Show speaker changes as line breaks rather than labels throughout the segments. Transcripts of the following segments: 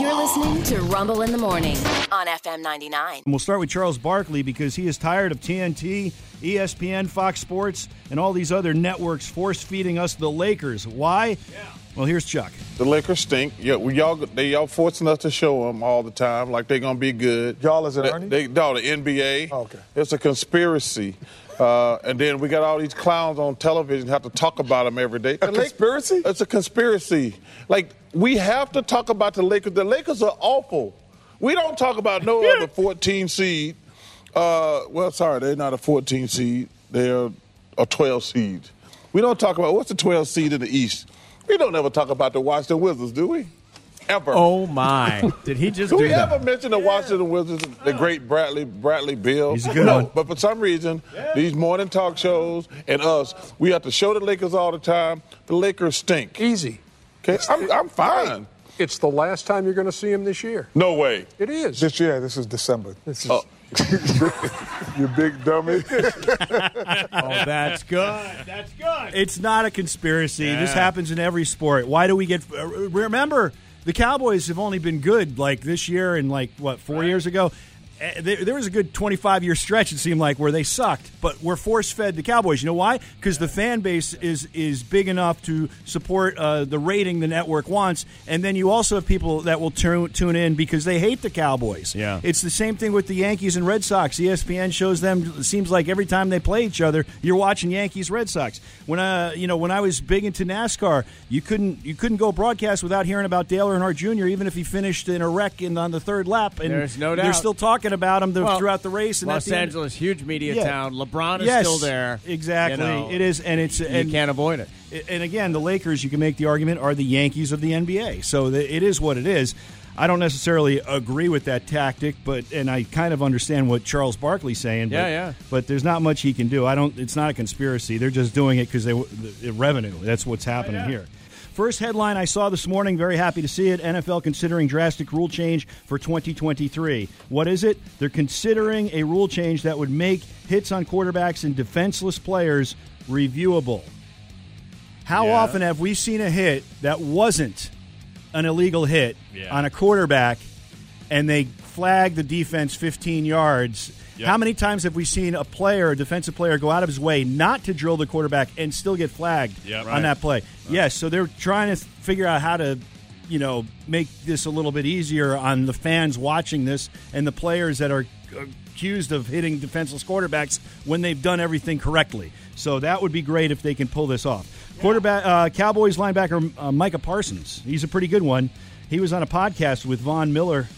You're listening to Rumble in the Morning on FM 99.
And we'll start with Charles Barkley because he is tired of TNT, ESPN, Fox Sports, and all these other networks force feeding us the Lakers. Why? Well, here's Chuck.
The Lakers stink. Yeah, we y'all they y'all forcing us to show them all the time like they're gonna be good.
Y'all is it
They-
Ernie?
They, no, the NBA.
Okay.
It's a conspiracy. Uh, and then we got all these clowns on television have to talk about them every day.
A conspiracy?
It's a conspiracy. Like we have to talk about the Lakers. The Lakers are awful. We don't talk about no other 14 seed. Uh, well, sorry, they're not a 14 seed. They're a 12 seed. We don't talk about what's the 12 seed in the East. We don't ever talk about the Washington Wizards, do we? Ever.
Oh my! Did he just
Do
do
we
that?
ever mention the Washington Wizards, the great Bradley Bradley Bill?
He's a good
No,
one.
But for some reason, these morning talk shows and us, we have to show the Lakers all the time. The Lakers stink.
Easy.
Okay, I'm, I'm fine.
It's the last time you're going to see him this year.
No way.
It is.
This year, this is December.
This is-
Oh.
you big dummy.
Oh, that's good. That's good.
It's not a conspiracy. This happens in every sport. Why do we get. uh, Remember, the Cowboys have only been good like this year and like, what, four years ago? Uh, There there was a good 25 year stretch, it seemed like, where they sucked, but we're force fed the Cowboys. You know why? Because the fan base is, is big enough to support uh, the rating the network wants. And then you also have people that will tu- tune in because they hate the Cowboys.
Yeah.
It's the same thing with the Yankees and Red Sox. E ESPN shows them. It seems like every time they play each other, you're watching Yankees Red Sox. When uh, you know, when I was big into NASCAR, you couldn't you couldn't go broadcast without hearing about Dale Earnhardt Jr. Even if he finished in a wreck in, on the third lap, and
There's no
they're
doubt.
still talking about him the,
Well,
throughout the race. And at
Los
the end-
Angeles, huge media
Yeah.
town. LeBron is
Yes,
still there.
Exactly,
You know,
it is, and it's and
you can't avoid it.
and again, the Lakers, you can make the argument, are the Yankees of the NBA. So th- it is what it is. I don't necessarily agree with that tactic, but and I kind of understand what Charles Barkley's saying. But,
Yeah, yeah.
But there's not much he can do. I don't. It's not a conspiracy. They're just doing it because they w- the, the revenue. That's what's happening here. First headline I saw this morning. Very happy to see it. NFL considering drastic rule change for 2023. What is it? They're considering a rule change that would make hits on quarterbacks and defenseless players reviewable. How
Yeah.
often have we seen a hit that wasn't an illegal hit
Yeah.
on a quarterback and they flag the defense 15 yards? How many times have we seen a player, a defensive player, go out of his way not to drill the quarterback and still get flagged
Yep.
on
Right.
that play? Yes, so they're trying to figure out how to, you know, make this a little bit easier on the fans watching this and the players that are accused of hitting defenseless quarterbacks when they've done everything correctly. So that would be great if they can pull this off. Quarterback, uh, Cowboys linebacker uh, Micah Parsons. He's a pretty good one. He was on a podcast with Von Miller,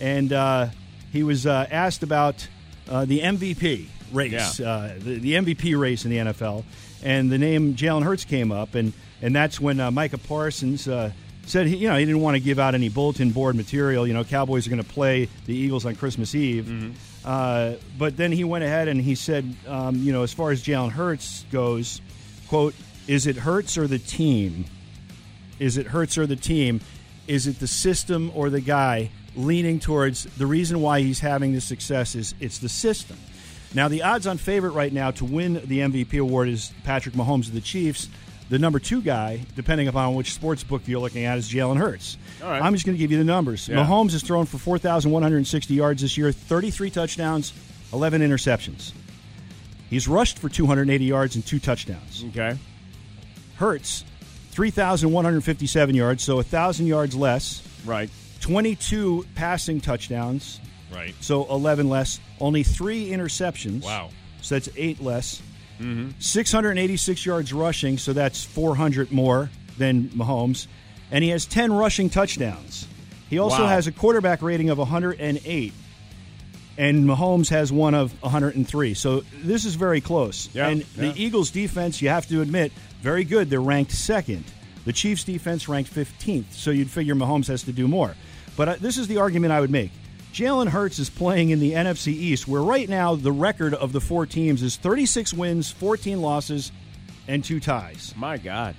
and uh, he was uh, asked about uh, the MVP race,
Yeah.
uh, the, the MVP race in the NFL, and the name Jalen Hurts came up, and and that's when uh, Micah Parsons. Uh, Said he, you know, he didn't want to give out any bulletin board material. You know, Cowboys are going to play the Eagles on Christmas Eve, uh, but then he went ahead and he said, um, you know, as far as Jalen Hurts goes, quote, is it Hurts or the team? Is it Hurts or the team? Is it the system or the guy leaning towards the reason why he's having this success is it's the system. Now the odds on favorite right now to win the MVP award is Patrick Mahomes of the Chiefs. The number two guy, depending upon which sports book you're looking at, is Jalen Hurts.
right.
I'm just going to give you the numbers.
Yeah.
Mahomes has thrown for 4,160 yards this year, 33 touchdowns, 11 interceptions. He's rushed for 280 yards and two touchdowns.
Okay.
Hertz, 3,157 yards, so 1,000 yards less,
Right.
22 passing touchdowns,
Right.
so 11 less, only three interceptions. So that's eight less.
Mm-hmm.
686 yards rushing, so that's 400 more than Mahomes. And he has 10 rushing touchdowns. He also
Wow.
has a quarterback rating of 108. And Mahomes has one of 103. So this is very close.
Yeah,
and
yeah.
the Eagles' defense, you have to admit, very good. They're ranked second. The Chiefs' defense ranked 15th. So you'd figure Mahomes has to do more. But uh, this is the argument I would make. Jalen Hurts is playing in the NFC East, where right now the record of the four teams is 36 wins, 14 losses, and two ties.
My God.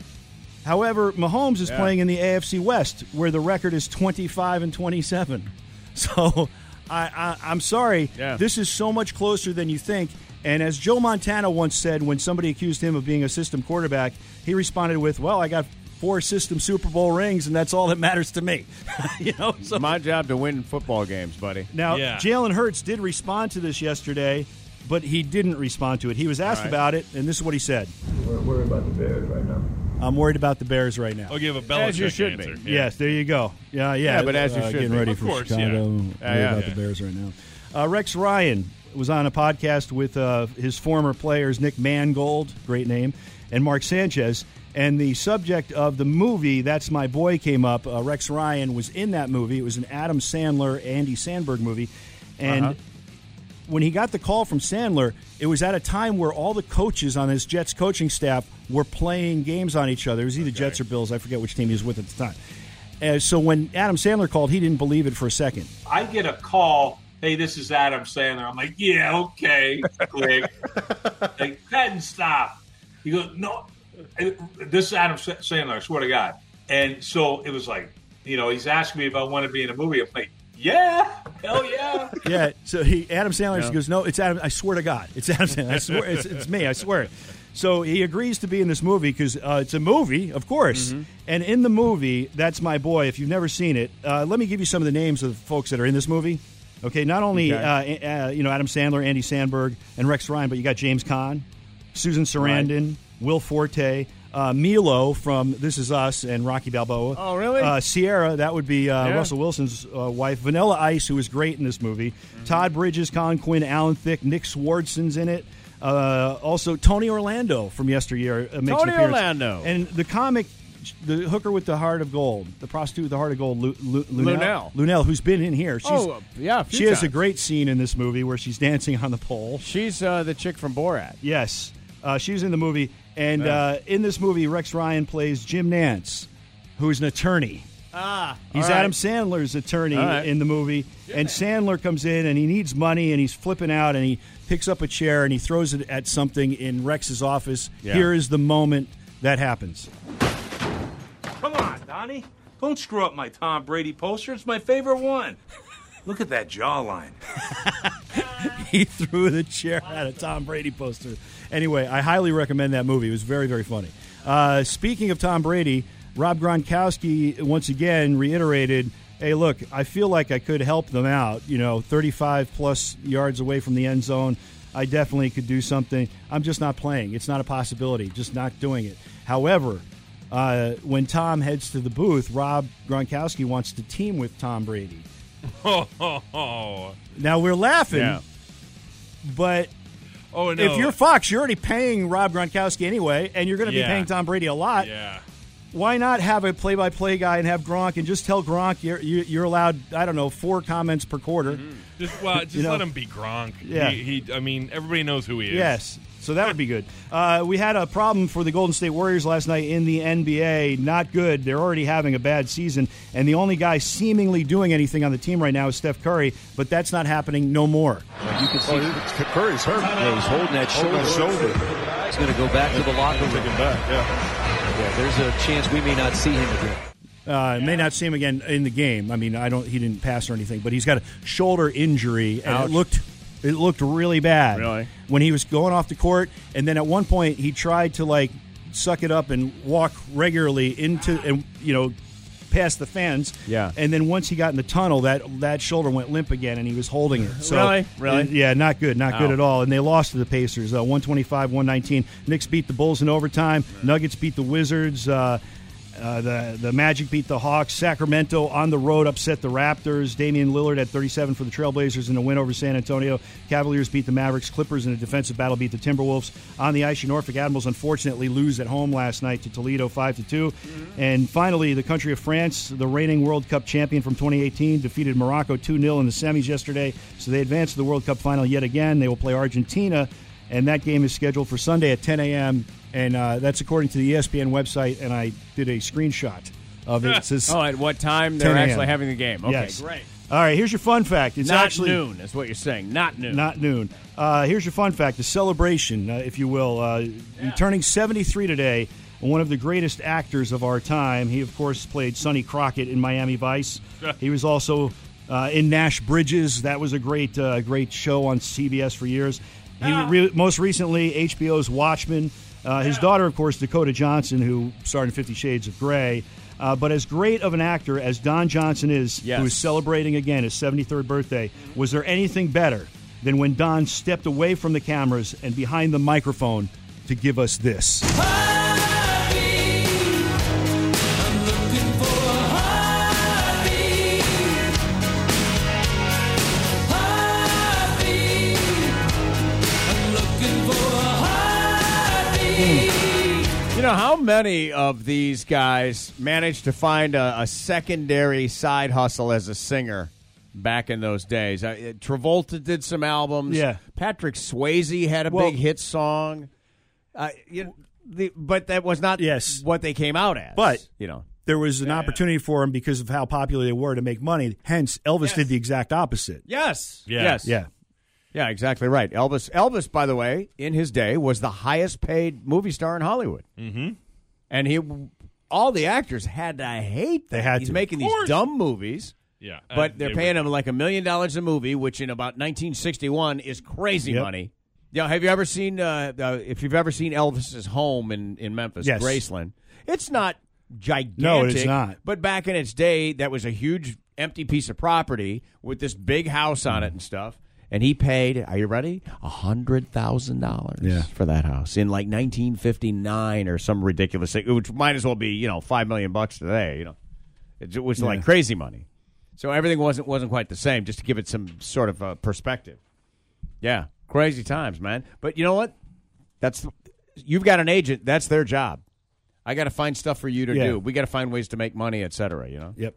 However, Mahomes is
Yeah.
playing in the AFC West, where the record is 25 and 27. So, I, I, I'm sorry.
Yeah.
This is so much closer than you think. And as Joe Montana once said, when somebody accused him of being a system quarterback, he responded with, Well, I got four system Super Bowl rings, and that's all that matters to me. you know, so
It's my job to win football games, buddy.
now,
Yeah.
Jalen Hurts did respond to this yesterday, but he didn't respond to it. He was asked
Right.
about it, and this is what he said
We're worried about the Bears right now.
I'm worried about the Bears right now.
I'll give a Belichick
As you should be.
answer. Yeah.
Yes, there you go. Yeah, yeah.
Yeah, but as you
uh,
should
getting
be.
ready
Of
for
course, yeah.
Chicago. Worried
yeah.
about
Yeah.
the Bears right now. Uh, Rex Ryan was on a podcast with uh, his former players Nick Mangold, great name, and Mark Sanchez. And the subject of the movie "That's My Boy" came up. Uh, Rex Ryan was in that movie. It was an Adam Sandler, Andy Sandberg movie, and
Uh-huh.
when he got the call from Sandler, it was at a time where all the coaches on his Jets coaching staff were playing games on each other. It was either Jets or Bills. I forget which team he was with at the time. And so when Adam Sandler called, he didn't believe it for a second.
I get a call, hey, this is Adam Sandler. I'm like, yeah, okay, click. like, that didn't stop. He goes, no, this is Adam Sa- Sandler, I swear to God. And so it was like, you know, he's asking me if I want to be in a movie. I'm like, yeah, hell yeah.
Yeah. So he Adam Sandler just goes, no, it's Adam. I swear to God, it's Adam Sandler. I swear, it's, it's me. I swear it. So he agrees to be in this movie because uh, it's a movie, of course.
Mm-hmm.
And in the movie, that's my boy. If you've never seen it, uh, let me give you some of the names of the folks that are in this movie. Okay, not only
Okay.
uh, uh, you know Adam Sandler, Andy Sandberg, and Rex Ryan, but you got James Caan, Susan Sarandon, Will Forte, uh, Milo from This Is Us, and Rocky Balboa.
Oh, really?
Uh, Sierra, that would be uh,
Yeah.
Russell Wilson's uh, wife. Vanilla Ice, who is great in this movie.
Mm-hmm.
Todd Bridges, Colin Quinn, Alan Thicke, Nick Swardson's in it. Uh, also, Tony Orlando from yesteryear uh, makes an
Tony
appearance.
Orlando.
and the comic, the hooker with the heart of gold, the prostitute with the heart of gold, Lu- Lu- Lunel,
Lunel.
Lunel, who's been in here. She's,
Oh, yeah, a few
she has a
times.
great scene in this movie where she's dancing on the pole.
She's uh, the chick from Borat.
Yes, uh, she was in the movie, and
Yeah.
uh, in this movie, Rex Ryan plays Jim Nance, who is an attorney.
Ah,
He's Adam Sandler's attorney
All right.
in the movie, and Sandler comes in and he needs money and he's flipping out and he picks up a chair and he throws it at something in Rex's office.
Yeah.
Here is the moment that happens.
Come on, Donnie. Don't screw up my Tom Brady poster. It's my favorite one. Look at that jawline.
He threw the chair at a Tom Brady poster. Anyway, I highly recommend that movie. It was very very funny. Uh, speaking of Tom Brady, Rob Gronkowski once again reiterated. Hey, look! I feel like I could help them out. You know, 35 plus yards away from the end zone, I definitely could do something. I'm just not playing. It's not a possibility. Just not doing it. However, uh, when Tom heads to the booth, Rob Gronkowski wants to team with Tom Brady.
Oh,
Now we're laughing,
Yeah.
but
oh no.
if you're Fox, you're already paying Rob Gronkowski anyway, and you're going to
Yeah.
be paying Tom Brady a lot.
yeah,
Why not have a play-by-play guy and have Gronk and just tell Gronk you're you- you're allowed I don't know four comments per quarter.
Mm-hmm. just well, just
You know-
let him be Gronk.
Yeah.
he, he. I mean, everybody knows who he is.
Yes. So that would be good. Uh, we had a problem for the Golden State Warriors last night in the NBA. Not good. They're already having a bad season, and the only guy seemingly doing anything on the team right now is Steph Curry. But that's not happening no more.
You can see
Curry's hurt.
yeah, he's holding that shoulder.
shoulder.
He's going to go back to the locker room. Yeah, there's a chance we may not see him again.
Uh, May not see him again in the game. I mean, I don't. He didn't pass or anything, but he's got a shoulder injury, and
Ouch.
it looked it looked really bad.
Really?
when he was going off the court, and then at one point he tried to like suck it up and walk regularly into and you know past the fans.
Yeah.
and then once he got in the tunnel, that that shoulder went limp again, and he was holding it. So
Really? Really?
and- yeah, not good, not good
Ow.
at all. And they lost to the Pacers, uh, 125-119. Knicks beat the Bulls in overtime. Nuggets beat the Wizards. Uh, uh, the the Magic beat the Hawks. Sacramento on the road upset the Raptors. Damian Lillard had 37 for the Trailblazers in a win over San Antonio. Cavaliers beat the Mavericks. Clippers in a defensive battle beat the Timberwolves. On the ice, your Norfolk Admirals unfortunately lose at home last night to Toledo 5 to 2. And finally, the country of France, the reigning World Cup champion from 2018, defeated Morocco 2 0 in the semis yesterday. So they advanced to the World Cup final yet again. They will play Argentina and that game is scheduled for Sunday at 10 a.m. And uh, that's according to the ESPN website. And I did a screenshot of it. It says,
Oh, at what time they're
10 a.m.
actually having the game? Okay,
yes.
great.
All right, here's your fun fact. It's
Not
actually
noon is what you're saying. Not noon.
not noon. Uh, here's your fun fact: the celebration, uh, if you will, uh, turning 73 today. One of the greatest actors of our time. He, of course, played Sonny Crockett in Miami Vice. he was also uh, in Nash Bridges. That was a great, uh, great show on CBS for years. He re- most recently HBO's Watchmen. Uh, his daughter, of course, Dakota Johnson, who starred in Fifty Shades of Grey. Uh, but as great of an actor as Don Johnson is,
Yes.
who is celebrating again his 73rd birthday, was there anything better than when Don stepped away from the cameras and behind the microphone to give us this?
You know how many of these guys managed to find a, a secondary side hustle as a singer back in those days? Uh, it- Travolta did some albums.
Yeah.
Patrick Swayze had a
Well-
big hit song. Uh, you, the, but that was not
Yes.
what they came out as.
But-
you know,
there was an opportunity for him because of how popular they were to make money. Hence, Elvis did the exact opposite.
yes,
Yeah.
yes,
Yeah.
yeah, exactly right. Elvis, Elvis, by the way, in his day was the highest paid movie star in Hollywood. Mm-hmm. And he, all the actors had to hate that
They had
he's
to.
making these dumb movies.
Yeah,
But
and
they're
they
paying
were-
him like a million dollars a movie, which in about 1961 is crazy
Yep.
money. Yeah, have you ever seen? Uh, uh, if you've ever seen Elvis's home in in Memphis,
Yes.
Graceland, it's not gigantic.
No, it is not.
But back in its day, that was a huge empty piece of property with this big house on it and stuff. And he paid. Are you ready? A hundred thousand
Yeah.
dollars for that house in like 1959 or some ridiculous thing, which might as well be you know five million bucks today. You know, it was like crazy money. So everything wasn't wasn't quite the same. Just to give it some sort of uh, perspective. Yeah, crazy times, man. But you know what? That's you've got an agent. That's their job. I got to find stuff for you to
Yeah.
do. We got to find ways to make money, et cetera. You know.
Yep.